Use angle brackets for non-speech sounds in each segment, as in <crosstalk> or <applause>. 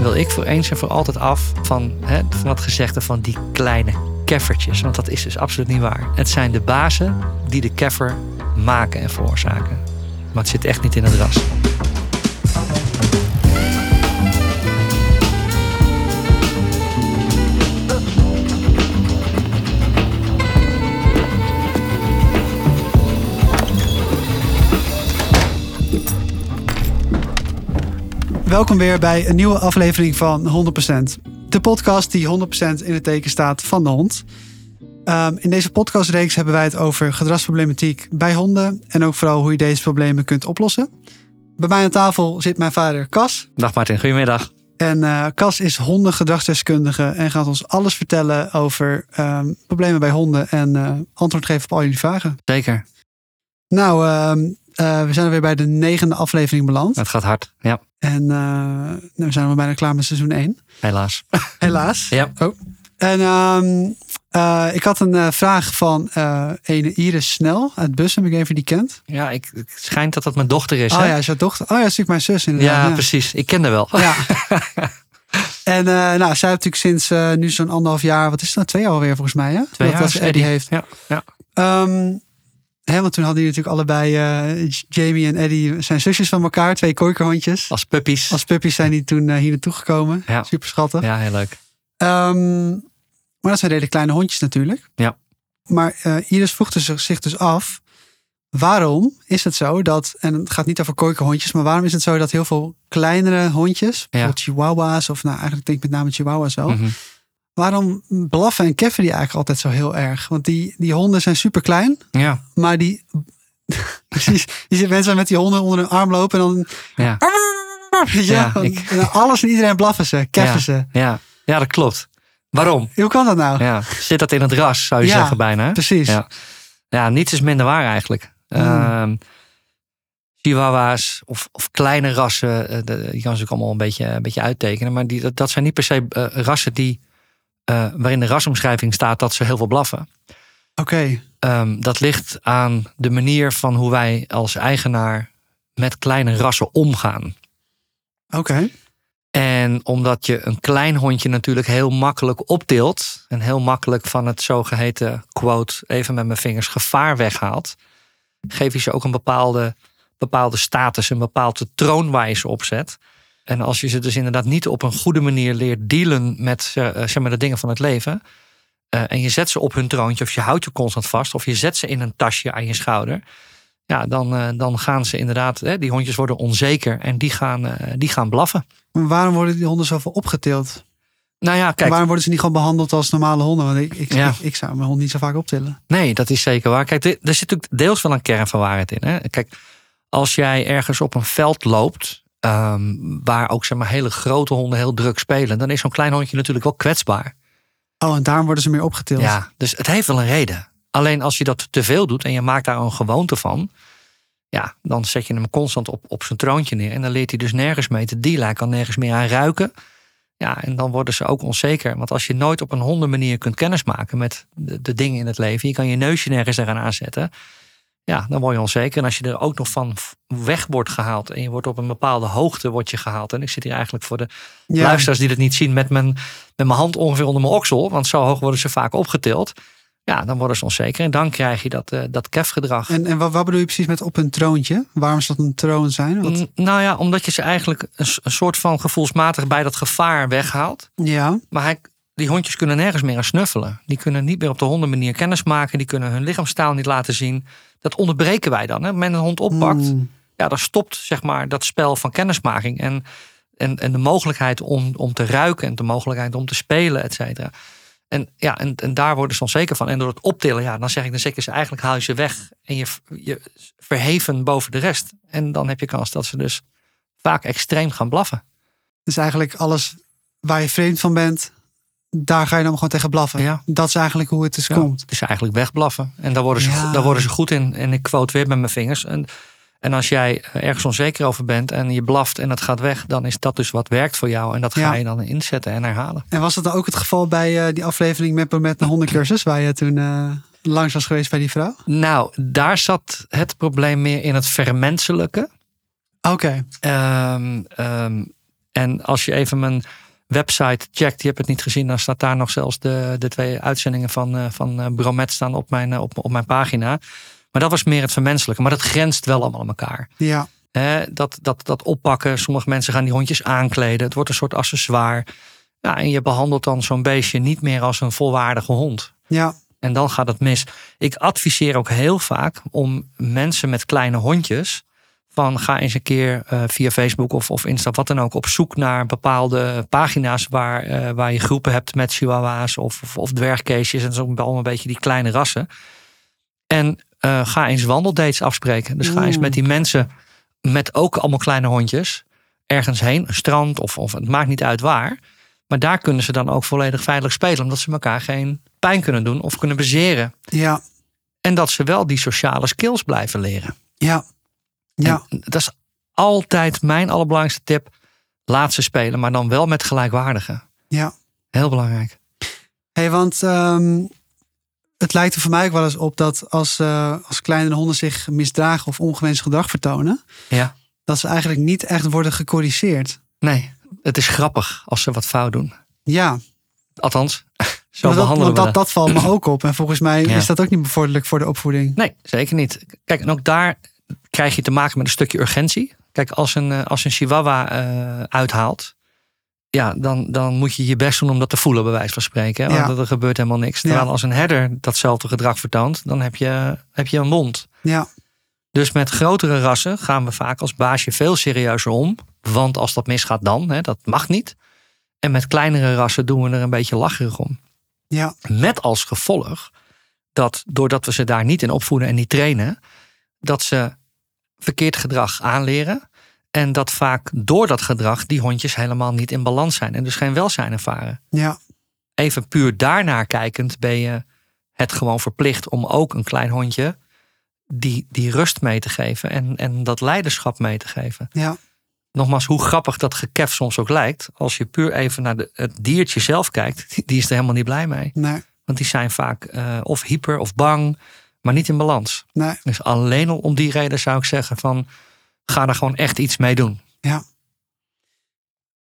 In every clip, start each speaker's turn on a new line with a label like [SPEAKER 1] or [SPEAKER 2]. [SPEAKER 1] wil ik voor eens en voor altijd af van, hè, van dat gezegde van die kleine keffertjes. Want dat is dus absoluut niet waar. Het zijn de bazen die de keffer maken en veroorzaken. Maar het zit echt niet in het ras.
[SPEAKER 2] Welkom weer bij een nieuwe aflevering van 100%. De podcast die 100% in het teken staat van de hond. Um, in deze podcastreeks hebben wij het over gedragsproblematiek bij honden. En ook vooral hoe je deze problemen kunt oplossen. Bij mij aan tafel zit mijn vader Cas.
[SPEAKER 1] Dag Martin, goedemiddag.
[SPEAKER 2] En uh, Cas is hondengedragsdeskundige en gaat ons alles vertellen over um, problemen bij honden. En uh, antwoord geven op al jullie vragen.
[SPEAKER 1] Zeker.
[SPEAKER 2] Nou, um, uh, we zijn weer bij de negende aflevering beland.
[SPEAKER 1] Het gaat hard, ja.
[SPEAKER 2] En uh, we zijn al bijna klaar met seizoen 1.
[SPEAKER 1] Helaas.
[SPEAKER 2] Helaas.
[SPEAKER 1] <laughs> Ja.
[SPEAKER 2] Oh. En um, uh, ik had een vraag van eh, ene Iris Snel uit Bussen. Ik even die kent.
[SPEAKER 1] Ja, ik, het schijnt dat dat mijn dochter is.
[SPEAKER 2] Oh
[SPEAKER 1] hè?
[SPEAKER 2] ja, is jouw dochter. Oh ja, dat is natuurlijk mijn zus inderdaad.
[SPEAKER 1] Ja, Oh. precies. Ik ken haar wel.
[SPEAKER 2] Ja. en nou, zij heeft natuurlijk sinds nu zo'n anderhalf jaar, wat is het nou, twee jaar alweer volgens mij hè?
[SPEAKER 1] Twee
[SPEAKER 2] dat,
[SPEAKER 1] jaar
[SPEAKER 2] dat ze
[SPEAKER 1] is
[SPEAKER 2] Eddie
[SPEAKER 1] Eddie.
[SPEAKER 2] heeft.
[SPEAKER 1] <laughs> Ja, ja.
[SPEAKER 2] Ehm, hè, want toen hadden jullie natuurlijk allebei, eh, Jamie en Eddie zijn zusjes van elkaar. Twee kooikerhondjes.
[SPEAKER 1] Als puppies.
[SPEAKER 2] Als puppies zijn die toen eh, hier naartoe gekomen.
[SPEAKER 1] Oh. Ja.
[SPEAKER 2] Super schattig.
[SPEAKER 1] Ja, heel leuk.
[SPEAKER 2] Ehm, maar dat zijn redelijk kleine hondjes natuurlijk.
[SPEAKER 1] Ja.
[SPEAKER 2] Maar eh Iris vroeg dus zich, zich dus af, waarom is het zo dat, en het gaat niet over kooikerhondjes, maar waarom is het zo dat heel veel kleinere hondjes, bijvoorbeeld chihuahua's of nou eigenlijk denk ik met name chihuahua's wel,
[SPEAKER 1] Mhm.
[SPEAKER 2] waarom blaffen en keffen die eigenlijk altijd zo heel erg? Want die, die honden zijn super klein,
[SPEAKER 1] Ja,
[SPEAKER 2] maar die... <laughs> Precies. Je ziet mensen met die honden onder hun arm lopen en dan... <laughs>
[SPEAKER 1] ja,
[SPEAKER 2] Ja,
[SPEAKER 1] Ja,
[SPEAKER 2] want-
[SPEAKER 1] ik-
[SPEAKER 2] en alles en iedereen blaffen ze, keffen
[SPEAKER 1] Ja.
[SPEAKER 2] ze.
[SPEAKER 1] ja. Ja, dat klopt. Waarom?
[SPEAKER 2] Hoe kan dat nou?
[SPEAKER 1] Ja. Zit dat in het ras, zou je
[SPEAKER 2] Ja,
[SPEAKER 1] zeggen bijna. hè?
[SPEAKER 2] Precies.
[SPEAKER 1] Ja. Ja, niets is minder waar eigenlijk.
[SPEAKER 2] Hmm.
[SPEAKER 1] Ehm, chihuahua's of, of kleine rassen, eh, de- die kan ze ook allemaal een beetje, een beetje uittekenen. Maar die, dat, dat zijn niet per se eh, rassen die, eh, waarin de rasomschrijving staat dat ze heel veel blaffen.
[SPEAKER 2] Oké.
[SPEAKER 1] Ehm, dat ligt aan de manier van hoe wij als eigenaar met kleine rassen omgaan.
[SPEAKER 2] Oké.
[SPEAKER 1] En omdat je een klein hondje natuurlijk heel makkelijk optilt. En heel makkelijk van het zogeheten, quote, even met mijn vingers, gevaar weghaalt. Geef je ze ook een bepaalde, bepaalde status, een bepaalde troon waar je ze op zet. En als je ze dus inderdaad niet op een goede manier leert dealen met eh, eh, zeg maar de dingen van het leven. eh, en je zet ze op hun troontje of je houdt je constant vast. Of je zet ze in een tasje aan je schouder. Ja, dan, eh, dan gaan ze inderdaad, hè, die hondjes worden onzeker en die gaan, eh, die gaan blaffen.
[SPEAKER 2] Maar waarom worden die honden zoveel opgetild?
[SPEAKER 1] Nou ja,
[SPEAKER 2] En
[SPEAKER 1] kijk,
[SPEAKER 2] waarom worden ze niet gewoon behandeld als normale honden? Want ik, ik,
[SPEAKER 1] Ja.
[SPEAKER 2] ik, ik zou mijn hond niet zo vaak optillen.
[SPEAKER 1] nee, dat is zeker waar. Kijk, dit- er zit natuurlijk deels wel een kern van waarheid in. Hè? Kijk, als jij ergens op een veld loopt, ehm, waar ook zeg maar hele grote honden heel druk spelen, dan is zo'n klein hondje natuurlijk wel kwetsbaar.
[SPEAKER 2] Oh, en daarom worden ze meer opgetild.
[SPEAKER 1] Ja, dus het heeft wel een reden. Alleen als je dat te veel doet en je maakt daar een gewoonte van, ja, dan zet je hem constant op, op zijn troontje neer. En dan leert hij dus nergens mee te dealen. Hij kan nergens meer aan ruiken. Ja, en dan worden ze ook onzeker. Want als je nooit op een hondenmanier kunt kennismaken met de, de dingen in het leven, je kan je neusje nergens eraan aanzetten. Ja, dan word je onzeker. En als je er ook nog van f- weg wordt gehaald en je wordt op een bepaalde hoogte wordt je gehaald. En ik zit hier eigenlijk voor de
[SPEAKER 2] Ja.
[SPEAKER 1] luisteraars die dat niet zien met mijn, met mijn hand ongeveer onder mijn oksel. Want zo hoog worden ze vaak opgetild. Ja, dan worden ze onzeker. En dan krijg je dat, eh dat kefgedrag.
[SPEAKER 2] En, en wat, wat bedoel je precies met op een troontje? Waarom zou dat een troon zijn? Wat,
[SPEAKER 1] Mm, Nou ja, omdat je ze eigenlijk een, s- een soort van gevoelsmatig bij dat gevaar weghaalt.
[SPEAKER 2] Ja,
[SPEAKER 1] Maar hij, die hondjes kunnen nergens meer aan snuffelen. Die kunnen niet meer op de hondenmanier kennis maken. Die kunnen hun lichaamstaal niet laten zien. Dat onderbreken wij dan. Hè? Men een hond oppakt,
[SPEAKER 2] Mm.
[SPEAKER 1] ja, dan stopt zeg maar, dat spel van kennismaking. En, en, en de mogelijkheid om, om te ruiken en de mogelijkheid om te spelen, et cetera. En, ja, en, en daar worden ze onzeker van. En door het optillen, ja, dan zeg ik, dan zeg ik ze eigenlijk haal je ze weg. En je, je verheven boven de rest. En dan heb je kans dat ze dus vaak extreem gaan blaffen.
[SPEAKER 2] Dus eigenlijk alles waar je vreemd van bent, daar ga je dan gewoon tegen blaffen.
[SPEAKER 1] Ja.
[SPEAKER 2] Dat is eigenlijk hoe het dus
[SPEAKER 1] Ja,
[SPEAKER 2] komt.
[SPEAKER 1] Dus eigenlijk wegblaffen. En daar worden, ze,
[SPEAKER 2] Ja.
[SPEAKER 1] daar worden ze goed in. En ik quote weer met mijn vingers. En, en als jij ergens onzeker over bent en je blaft en het gaat weg, dan is dat dus wat werkt voor jou. En dat ga
[SPEAKER 2] Ja.
[SPEAKER 1] je dan inzetten en herhalen.
[SPEAKER 2] En was dat dan ook het geval bij eh, die aflevering met, met de hondencursus, waar je toen eh, langs was geweest bij die vrouw?
[SPEAKER 1] Nou, daar zat het probleem meer in het vermenselijke.
[SPEAKER 2] Oké,
[SPEAKER 1] Ehm, ehm, En als je even mijn website checkt, je hebt het niet gezien, dan staat daar nog zelfs de, de twee uitzendingen van, eh, van eh, Bromet staan op mijn, eh, op, op mijn pagina. Maar dat was meer het vermenselijke. Maar dat grenst wel allemaal aan elkaar.
[SPEAKER 2] Ja,
[SPEAKER 1] Hè, dat, dat, dat oppakken. Sommige mensen gaan die hondjes aankleden. Het wordt een soort accessoire. Ja, en je behandelt dan zo'n beestje niet meer als een volwaardige hond.
[SPEAKER 2] ja,
[SPEAKER 1] En dan gaat het mis. Ik adviseer ook heel vaak om mensen met kleine hondjes. Van ga eens een keer eh, via Facebook of, of Insta, wat dan ook, op zoek naar bepaalde pagina's waar, eh, waar je groepen hebt met chihuahua's of, of, of dwergkeesjes. En zo allemaal een beetje die kleine rassen. En eh, ga eens wandeldates afspreken. Dus ga eens
[SPEAKER 2] Mm.
[SPEAKER 1] met die mensen met ook allemaal kleine hondjes ergens heen, een strand of, of het maakt niet uit waar. Maar daar kunnen ze dan ook volledig veilig spelen, omdat ze elkaar geen pijn kunnen doen of kunnen bezeren.
[SPEAKER 2] ja,
[SPEAKER 1] En dat ze wel die sociale skills blijven leren.
[SPEAKER 2] ja, ja.
[SPEAKER 1] En dat is altijd mijn allerbelangrijkste tip. Laat ze spelen, maar dan wel met gelijkwaardigen.
[SPEAKER 2] Ja.
[SPEAKER 1] Heel belangrijk.
[SPEAKER 2] hey, want ehm, het lijkt er voor mij ook wel eens op dat als, eh, als kleine honden zich misdragen of ongewenst gedrag vertonen,
[SPEAKER 1] Ja.
[SPEAKER 2] dat ze eigenlijk niet echt worden gecorrigeerd.
[SPEAKER 1] Nee, het is grappig als ze wat fout doen.
[SPEAKER 2] Ja,
[SPEAKER 1] Althans, <laughs> zo
[SPEAKER 2] maar dat,
[SPEAKER 1] behandelen
[SPEAKER 2] want
[SPEAKER 1] we
[SPEAKER 2] dat, dat valt me ook op. En volgens mij
[SPEAKER 1] Ja.
[SPEAKER 2] is dat ook niet bevorderlijk voor de opvoeding.
[SPEAKER 1] Nee, zeker niet. Kijk, en ook daar krijg je te maken met een stukje urgentie. Kijk, als een, eh, als een chihuahua eh, uithaalt, ja, dan, dan moet je je best doen om dat te voelen, bij wijze van spreken. hè, Want
[SPEAKER 2] Ja.
[SPEAKER 1] er gebeurt helemaal niks. Terwijl als een herder datzelfde gedrag vertoont, dan heb je, heb je een wond.
[SPEAKER 2] Ja,
[SPEAKER 1] Dus met grotere rassen gaan we vaak als baasje veel serieuzer om. Want als dat misgaat dan, hè, dat mag niet. En met kleinere rassen doen we er een beetje lacherig om.
[SPEAKER 2] ja,
[SPEAKER 1] Met als gevolg dat doordat we ze daar niet in opvoeden en niet trainen, dat ze verkeerd gedrag aanleren. En dat vaak door dat gedrag die hondjes helemaal niet in balans zijn en dus geen welzijn ervaren.
[SPEAKER 2] ja,
[SPEAKER 1] Even puur daarnaar kijkend ben je het gewoon verplicht om ook een klein hondje die, die rust mee te geven en, en dat leiderschap mee te geven.
[SPEAKER 2] ja,
[SPEAKER 1] Nogmaals, hoe grappig dat gekef soms ook lijkt, als je puur even naar de, het diertje zelf kijkt, <laughs> die- die is er helemaal niet blij mee.
[SPEAKER 2] nee,
[SPEAKER 1] Want die zijn vaak eh, of hyper of bang, maar niet in balans.
[SPEAKER 2] nee,
[SPEAKER 1] Dus alleen al om die reden zou ik zeggen van ga er gewoon echt iets mee doen.
[SPEAKER 2] ja.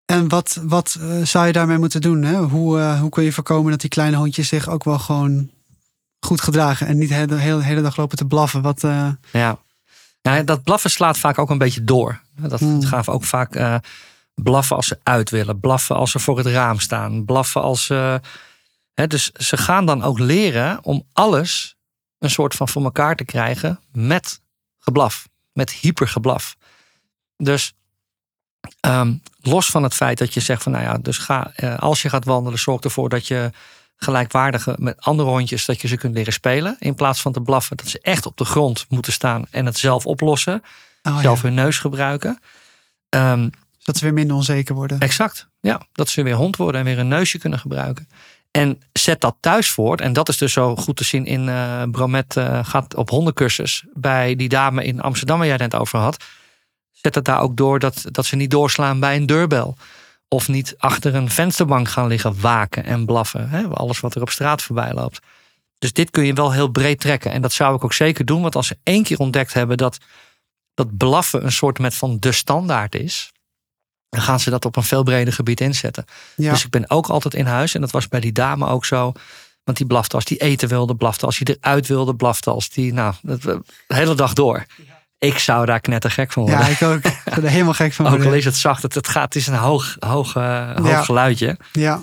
[SPEAKER 2] En wat, wat eh, zou je daarmee moeten doen? Hè? Hoe, eh, hoe kun je voorkomen dat die kleine hondjes zich ook wel gewoon goed gedragen en niet de hele, hele, hele dag lopen te blaffen? Wat, eh,
[SPEAKER 1] Ja. Ja, dat blaffen slaat vaak ook een beetje door. Dat
[SPEAKER 2] Hmm.
[SPEAKER 1] gaan we ook vaak eh, blaffen als ze uit willen, blaffen als ze voor het raam staan, blaffen als ze. hè, dus ze gaan dan ook leren om alles een soort van voor elkaar te krijgen met geblaf, met hypergeblaf. Dus ehm, los van het feit dat je zegt van nou ja, dus ga, eh, als je gaat wandelen, zorg ervoor dat je gelijkwaardige met andere hondjes, dat je ze kunt leren spelen. In plaats van te blaffen, dat ze echt op de grond moeten staan en het zelf oplossen,
[SPEAKER 2] oh, ja.
[SPEAKER 1] zelf hun neus gebruiken. Ehm,
[SPEAKER 2] Dat ze weer minder onzeker worden.
[SPEAKER 1] Exact. Ja, dat ze weer hond worden en weer een neusje kunnen gebruiken. En zet dat thuis voort. En dat is dus zo goed te zien in eh, Bromet eh, gaat op hondencursus. Bij die dame in Amsterdam waar jij het net over had. Zet het daar ook door dat, dat ze niet doorslaan bij een deurbel. Of niet achter een vensterbank gaan liggen waken en blaffen. Hè? Alles wat er op straat voorbij loopt. Dus dit kun je wel heel breed trekken. En dat zou ik ook zeker doen. Want als ze één keer ontdekt hebben dat, dat blaffen een soort met van de standaard is dan gaan ze dat op een veel breder gebied inzetten.
[SPEAKER 2] Ja,
[SPEAKER 1] Dus ik ben ook altijd in huis. En dat was bij die dame ook zo. Want die blafte als die eten wilde, blafte als hij eruit wilde, blafte als die. Nou, dat, de hele dag door. Ik zou daar knettergek van worden.
[SPEAKER 2] ja ik ook. Ik ben er helemaal gek van.
[SPEAKER 1] ook al
[SPEAKER 2] worden.
[SPEAKER 1] is het zacht, het, het, gaat, het is een hoog, hoog, eh,
[SPEAKER 2] Ja.
[SPEAKER 1] hoog geluidje.
[SPEAKER 2] Ja,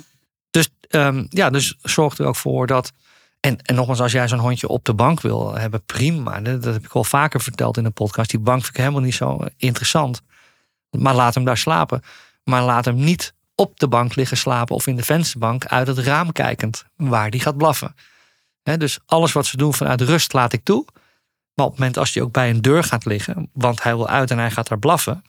[SPEAKER 1] Dus, ehm, ja, dus zorg er ook voor dat. En, en nogmaals, als jij zo'n hondje op de bank wil hebben, prima. Dat, dat heb ik al vaker verteld in de podcast. Die bank vind ik helemaal niet zo interessant. Maar laat hem daar slapen. Maar laat hem niet op de bank liggen slapen of in de vensterbank uit het raam kijkend, waar die gaat blaffen. Hè, dus alles wat ze doen vanuit rust laat ik toe. Maar op het moment als hij ook bij een deur gaat liggen, want hij wil uit en hij gaat daar blaffen,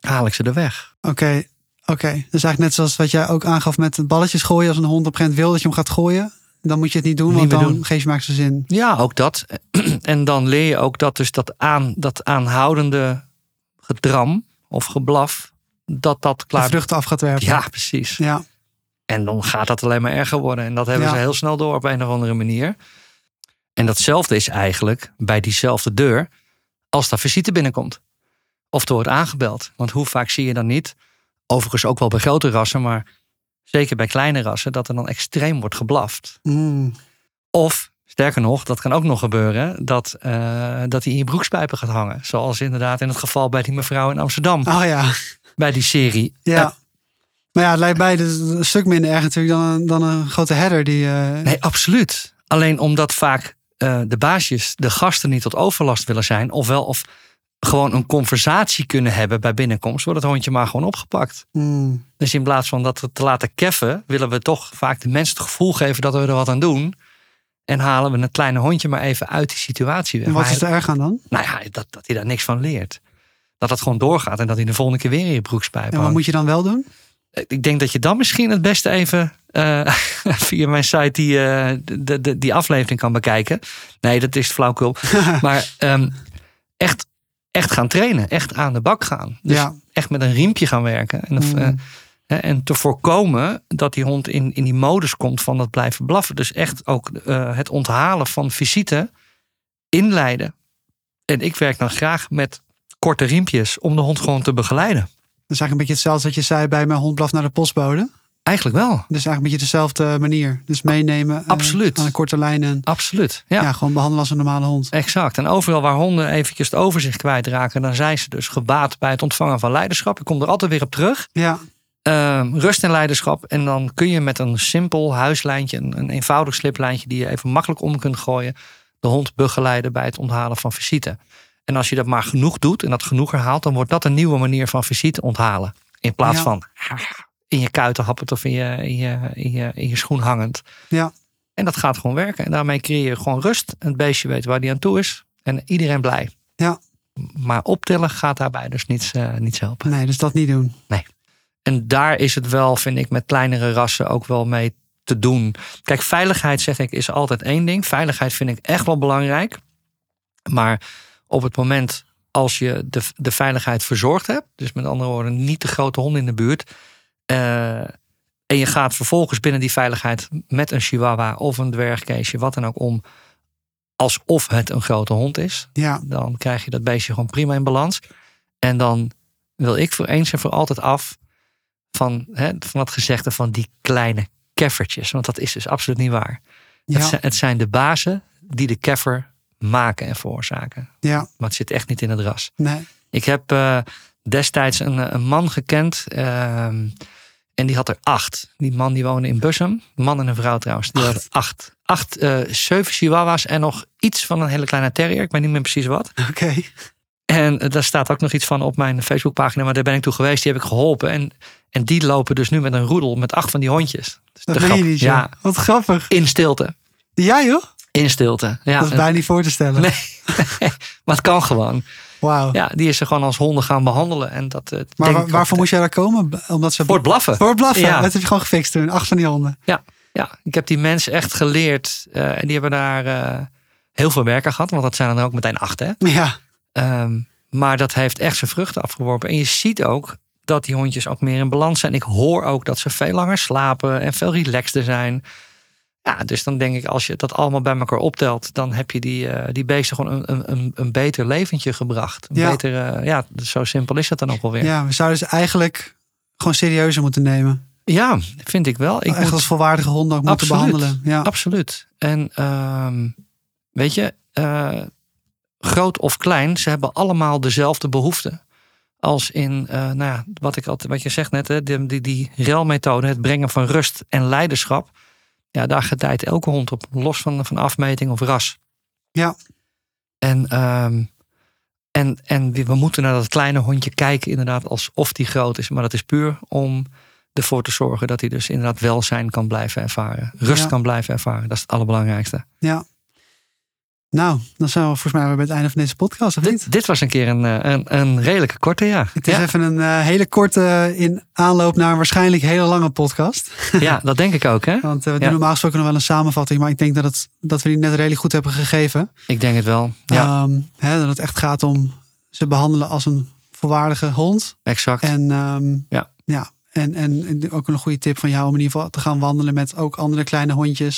[SPEAKER 1] haal ik ze er weg.
[SPEAKER 2] oké. Oké, dus eigenlijk net zoals wat jij ook aangaf met het balletjes gooien. Als een hond op een gegeven moment wil dat je hem gaat gooien, dan moet je het niet doen,
[SPEAKER 1] Niet
[SPEAKER 2] want
[SPEAKER 1] meer
[SPEAKER 2] dan
[SPEAKER 1] doen.
[SPEAKER 2] geef je maar zijn zin.
[SPEAKER 1] Ja, ook dat. <clears throat> En dan leer je ook dat dus dat, aan, dat aanhoudende gedram of geblaf, dat dat
[SPEAKER 2] De
[SPEAKER 1] klaar...
[SPEAKER 2] vruchten af gaat werpen.
[SPEAKER 1] Ja, precies.
[SPEAKER 2] ja.
[SPEAKER 1] En dan gaat dat alleen maar erger worden. En dat hebben
[SPEAKER 2] Ja.
[SPEAKER 1] ze heel snel door op een of andere manier. En datzelfde is eigenlijk bij diezelfde deur als daar visite binnenkomt. Of er wordt aangebeld. Want hoe vaak zie je dan niet Overigens ook wel bij grote rassen, maar zeker bij kleine rassen, dat er dan extreem wordt geblaft.
[SPEAKER 2] Mm.
[SPEAKER 1] Of, sterker nog, dat kan ook nog gebeuren, dat, eh, dat hij in je broekspijpen gaat hangen. Zoals inderdaad in het geval bij die mevrouw in Amsterdam,
[SPEAKER 2] Oh ja,
[SPEAKER 1] bij die serie.
[SPEAKER 2] ja. Maar ja, het lijkt beide een stuk minder erg natuurlijk dan een, dan een grote herder die... eh,
[SPEAKER 1] Nee, absoluut. Alleen omdat vaak eh, de baasjes de gasten niet tot overlast willen zijn. Ofwel of gewoon een conversatie kunnen hebben bij binnenkomst. Wordt het hondje maar gewoon opgepakt.
[SPEAKER 2] mm.
[SPEAKER 1] Dus in plaats van dat te laten keffen. Willen we toch vaak de mensen het gevoel geven dat we er wat aan doen. En halen we het kleine hondje maar even uit die situatie weg.
[SPEAKER 2] En wat
[SPEAKER 1] Maar
[SPEAKER 2] is er erg aan dan?
[SPEAKER 1] Nou ja, dat, dat hij daar niks van leert. Dat dat gewoon doorgaat en dat hij de volgende keer weer in je broekspijp
[SPEAKER 2] En wat
[SPEAKER 1] hangt.
[SPEAKER 2] moet je dan wel doen? <laughs>
[SPEAKER 1] Ik denk dat je dan misschien het beste even eh, <laughs> via mijn site die, eh, de, de, die aflevering kan bekijken. Nee, dat is flauwkul. maar ehm, echt, echt gaan trainen. Echt aan de bak gaan. Dus
[SPEAKER 2] ja.
[SPEAKER 1] echt met een riempje gaan werken. En, of,
[SPEAKER 2] Mm.
[SPEAKER 1] eh, hè, en te voorkomen dat die hond in, in die modus komt van dat blijven blaffen. Dus echt ook eh, het onthalen van visite inleiden. En ik werk dan graag met korte riempjes om de hond gewoon te begeleiden.
[SPEAKER 2] Dat is eigenlijk een beetje hetzelfde als wat je zei bij mijn hond blaf naar de postbode.
[SPEAKER 1] Eigenlijk wel.
[SPEAKER 2] Dus eigenlijk een beetje dezelfde manier. Dus meenemen. eh,
[SPEAKER 1] Absoluut.
[SPEAKER 2] aan de korte lijnen.
[SPEAKER 1] Absoluut.
[SPEAKER 2] Ja.
[SPEAKER 1] Ja,
[SPEAKER 2] gewoon behandelen als een normale hond.
[SPEAKER 1] exact. En overal waar honden eventjes het overzicht kwijtraken, dan zijn ze dus gebaat bij het ontvangen van leiderschap. Ik kom er altijd weer op terug.
[SPEAKER 2] Ja,
[SPEAKER 1] Eh, rust en leiderschap. En dan kun je met een simpel huislijntje, een, een eenvoudig sliplijntje die je even makkelijk om kunt gooien, de hond begeleiden bij het onthalen van visite. En als je dat maar genoeg doet en dat genoeg herhaalt, dan wordt dat een nieuwe manier van visite onthalen. In plaats
[SPEAKER 2] Ja.
[SPEAKER 1] van in je kuiten happend of in je, in, je, in, je, in je schoen hangend.
[SPEAKER 2] ja.
[SPEAKER 1] En dat gaat gewoon werken. En daarmee creëer je gewoon rust. Het beestje weet waar die aan toe is. En iedereen blij.
[SPEAKER 2] Ja.
[SPEAKER 1] Maar optellen gaat daarbij dus niets, eh, niets helpen.
[SPEAKER 2] Nee, dus dat niet doen.
[SPEAKER 1] En daar is het wel, vind ik, met kleinere rassen ook wel mee te doen. Kijk, veiligheid, zeg ik, is altijd één ding. Veiligheid vind ik echt wel belangrijk. Maar op het moment als je de, de veiligheid verzorgd hebt, dus met andere woorden, niet de grote honden in de buurt. eh, en je gaat vervolgens binnen die veiligheid met een chihuahua of een dwergkeesje, wat dan ook om, alsof het een grote hond is
[SPEAKER 2] Ja,
[SPEAKER 1] dan krijg je dat beestje gewoon prima in balans. En dan wil ik voor eens en voor altijd af van, hè, van dat gezegde van die kleine keffertjes. Want dat is dus absoluut niet waar. Het,
[SPEAKER 2] ja,
[SPEAKER 1] zijn, het zijn de bazen die de keffer maken en veroorzaken.
[SPEAKER 2] ja.
[SPEAKER 1] Maar het zit echt niet in het ras.
[SPEAKER 2] Nee.
[SPEAKER 1] Ik heb eh, destijds een, eh, een man gekend. ehm, en die had er acht. Die man die woonde in Bussum. Een man en een vrouw trouwens. Die hadden acht. Acht, eh, zeven chihuahuas en nog iets van een hele kleine terrier. Ik weet niet meer precies wat.
[SPEAKER 2] Oké.
[SPEAKER 1] En eh, daar staat ook nog iets van op mijn Facebookpagina. Maar daar ben ik toe geweest. Die heb ik geholpen. En, en die lopen dus nu met een roedel met acht van die hondjes. Dus
[SPEAKER 2] Dat
[SPEAKER 1] de
[SPEAKER 2] meen je
[SPEAKER 1] grap-
[SPEAKER 2] niet,
[SPEAKER 1] ja.
[SPEAKER 2] ja. Wat grappig.
[SPEAKER 1] In stilte.
[SPEAKER 2] Ja, joh.
[SPEAKER 1] In stilte. Ja,
[SPEAKER 2] dat is
[SPEAKER 1] en-
[SPEAKER 2] bijna niet voor te stellen.
[SPEAKER 1] Nee. maar het kan gewoon.
[SPEAKER 2] Wauw.
[SPEAKER 1] Ja, die is ze gewoon als honden gaan behandelen. En dat, eh,
[SPEAKER 2] maar
[SPEAKER 1] denk
[SPEAKER 2] wa-
[SPEAKER 1] ik ook-
[SPEAKER 2] waarvoor moest jij daar komen? B- Omdat ze...
[SPEAKER 1] Voor het blaffen.
[SPEAKER 2] Voor het blaffen.
[SPEAKER 1] Ja.
[SPEAKER 2] Dat heb je gewoon gefixt toen. Acht van die honden.
[SPEAKER 1] Ja, ik heb die mensen echt geleerd. eh, en die hebben daar eh, heel veel werk aan gehad. Want dat zijn er dan ook meteen acht, hè.
[SPEAKER 2] Ja.
[SPEAKER 1] Ehm, maar dat heeft echt zijn vruchten afgeworpen. En je ziet ook dat die hondjes ook meer in balans zijn. Ik hoor ook dat ze veel langer slapen en veel relaxter zijn. Ja, dus dan denk ik, als je dat allemaal bij elkaar optelt, dan heb je die, eh, die beesten gewoon een- een, een, een beter leventje gebracht. Een
[SPEAKER 2] Ja.
[SPEAKER 1] Beter, eh, ja, zo simpel is dat dan ook alweer. Ja,
[SPEAKER 2] Ja, we zouden ze eigenlijk gewoon serieuzer moeten nemen.
[SPEAKER 1] ja vind ik wel. Ik
[SPEAKER 2] Echt
[SPEAKER 1] moet-
[SPEAKER 2] als volwaardige honden ook moeten
[SPEAKER 1] Absoluut.
[SPEAKER 2] behandelen. Ja.
[SPEAKER 1] Absoluut. En ehm, weet je, eh, groot of klein, ze hebben allemaal dezelfde behoeften. Als in, eh, nou ja, wat, ik altijd, wat je zegt net, hè, die, die, die relmethode, het brengen van rust en leiderschap. Ja, daar gedijt elke hond op, los van, van afmeting of ras.
[SPEAKER 2] Ja.
[SPEAKER 1] En, ehm, en, en we we moeten naar dat kleine hondje kijken, inderdaad, alsof die groot is. Maar dat is puur om ervoor te zorgen dat hij dus inderdaad welzijn kan blijven ervaren. Rust
[SPEAKER 2] Ja.
[SPEAKER 1] kan blijven ervaren. Dat is het allerbelangrijkste.
[SPEAKER 2] Ja. Nou, dan zijn we volgens mij weer bij het einde van deze podcast, of niet?
[SPEAKER 1] Dit, dit was een keer een, eh, een, een redelijke korte, ja.
[SPEAKER 2] Het is
[SPEAKER 1] Ja,
[SPEAKER 2] even een eh, hele korte in aanloop naar een waarschijnlijk hele lange podcast.
[SPEAKER 1] ja, dat denk ik ook, hè?
[SPEAKER 2] Want eh,
[SPEAKER 1] Ja.
[SPEAKER 2] we doen normaal gesproken nog wel een samenvatting. Maar ik denk dat, het, dat we die net redelijk goed hebben gegeven.
[SPEAKER 1] Ik denk het wel. Ja,
[SPEAKER 2] Ehm, hè, dat het echt gaat om ze behandelen als een volwaardige hond.
[SPEAKER 1] exact.
[SPEAKER 2] En, ehm,
[SPEAKER 1] Ja.
[SPEAKER 2] ja en, en ook een goede tip van jou om in ieder geval te gaan wandelen met ook andere kleine hondjes.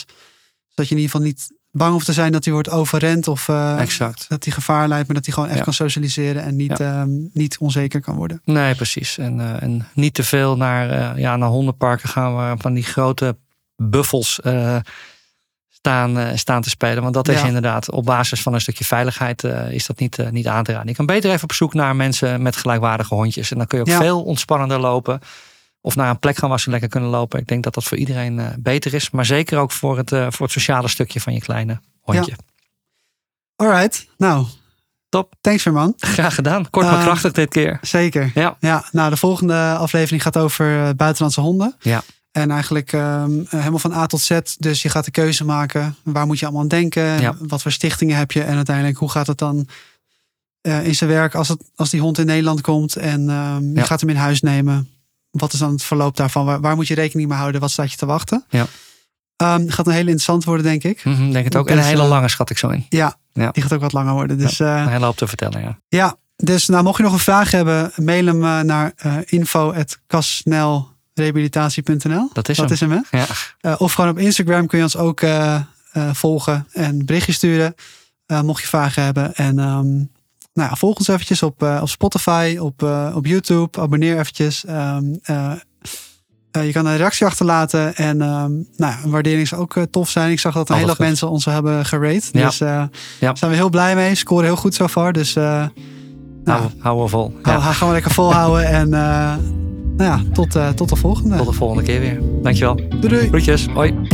[SPEAKER 2] Zodat je in ieder geval niet bang hoeft te zijn dat hij wordt overrend of eh,
[SPEAKER 1] Exact.
[SPEAKER 2] dat hij gevaar leidt, maar dat hij gewoon echt
[SPEAKER 1] Ja.
[SPEAKER 2] kan socialiseren en niet, ehm, niet onzeker kan worden.
[SPEAKER 1] Nee, precies. En, eh, en niet te veel naar, eh, ja, naar hondenparken gaan waar van die grote buffels eh, staan, eh, staan te spelen. Want dat is
[SPEAKER 2] Ja.
[SPEAKER 1] inderdaad op basis van een stukje veiligheid eh, is dat niet, eh, niet aan te raden. Je kan beter even op zoek naar mensen met gelijkwaardige hondjes. En dan kun je ook
[SPEAKER 2] Ja.
[SPEAKER 1] veel ontspannender lopen. Of naar een plek gaan waar ze lekker kunnen lopen. Ik denk dat dat voor iedereen eh, beter is. Maar zeker ook voor het, eh, voor het sociale stukje van je kleine hondje.
[SPEAKER 2] Alright, nou.
[SPEAKER 1] Top.
[SPEAKER 2] Thanks weer man.
[SPEAKER 1] Graag gedaan. Kort maar
[SPEAKER 2] Eh,
[SPEAKER 1] krachtig dit keer.
[SPEAKER 2] Zeker.
[SPEAKER 1] Ja.
[SPEAKER 2] Ja, nou de volgende aflevering gaat over eh, buitenlandse honden.
[SPEAKER 1] Ja.
[SPEAKER 2] En eigenlijk ehm, eh, helemaal van A tot Z. Dus je gaat de keuze maken. Waar moet je allemaal aan denken?
[SPEAKER 1] Ja.
[SPEAKER 2] Wat voor stichtingen heb je? En uiteindelijk, hoe gaat het dan eh, in zijn werk als, het, als die hond in Nederland komt? En ehm, je
[SPEAKER 1] Ja.
[SPEAKER 2] gaat hem in huis nemen. Wat is dan het verloop daarvan? Waar, waar moet je rekening mee houden? Wat staat je te wachten?
[SPEAKER 1] Ja.
[SPEAKER 2] Ehm, gaat een hele interessant worden, denk ik.
[SPEAKER 1] Mhm, denk het ook. En een
[SPEAKER 2] Dus,
[SPEAKER 1] hele
[SPEAKER 2] eh,
[SPEAKER 1] lange schat ik zo in.
[SPEAKER 2] Ja,
[SPEAKER 1] Ja.
[SPEAKER 2] die gaat ook wat langer worden. Dus eh,
[SPEAKER 1] Een hele hoop te vertellen, ja.
[SPEAKER 2] Ja, dus nou, mocht je nog een vraag hebben, mail hem eh, naar eh info.kasnelrehabilitatie.nl.
[SPEAKER 1] Dat is
[SPEAKER 2] Dat
[SPEAKER 1] hem.
[SPEAKER 2] is hem, hè?
[SPEAKER 1] Ja.
[SPEAKER 2] Eh, of gewoon op Instagram kun je ons ook eh, eh, volgen en berichtjes sturen. eh, mocht je vragen hebben. En ehm, nou ja, volg ons eventjes op, eh, op Spotify, op, eh, op YouTube. Abonneer eventjes. Ehm, eh, eh, je kan een reactie achterlaten. En ehm, nou ja, een waardering zou ook eh, tof zijn. Ik zag dat een
[SPEAKER 1] Altijd
[SPEAKER 2] hele hoop
[SPEAKER 1] goed.
[SPEAKER 2] mensen ons hebben gerate.
[SPEAKER 1] Ja.
[SPEAKER 2] Dus eh,
[SPEAKER 1] Ja.
[SPEAKER 2] daar zijn we heel blij mee. Scoren heel goed zo far. Dus eh, nou,
[SPEAKER 1] Hou, hou we vol.
[SPEAKER 2] hou-
[SPEAKER 1] Ja,
[SPEAKER 2] hou- gaan we lekker volhouden. en eh, nou ja, tot, eh, tot de volgende.
[SPEAKER 1] tot de volgende keer weer. Dankjewel.
[SPEAKER 2] Doei doei.
[SPEAKER 1] Groetjes. Hoi.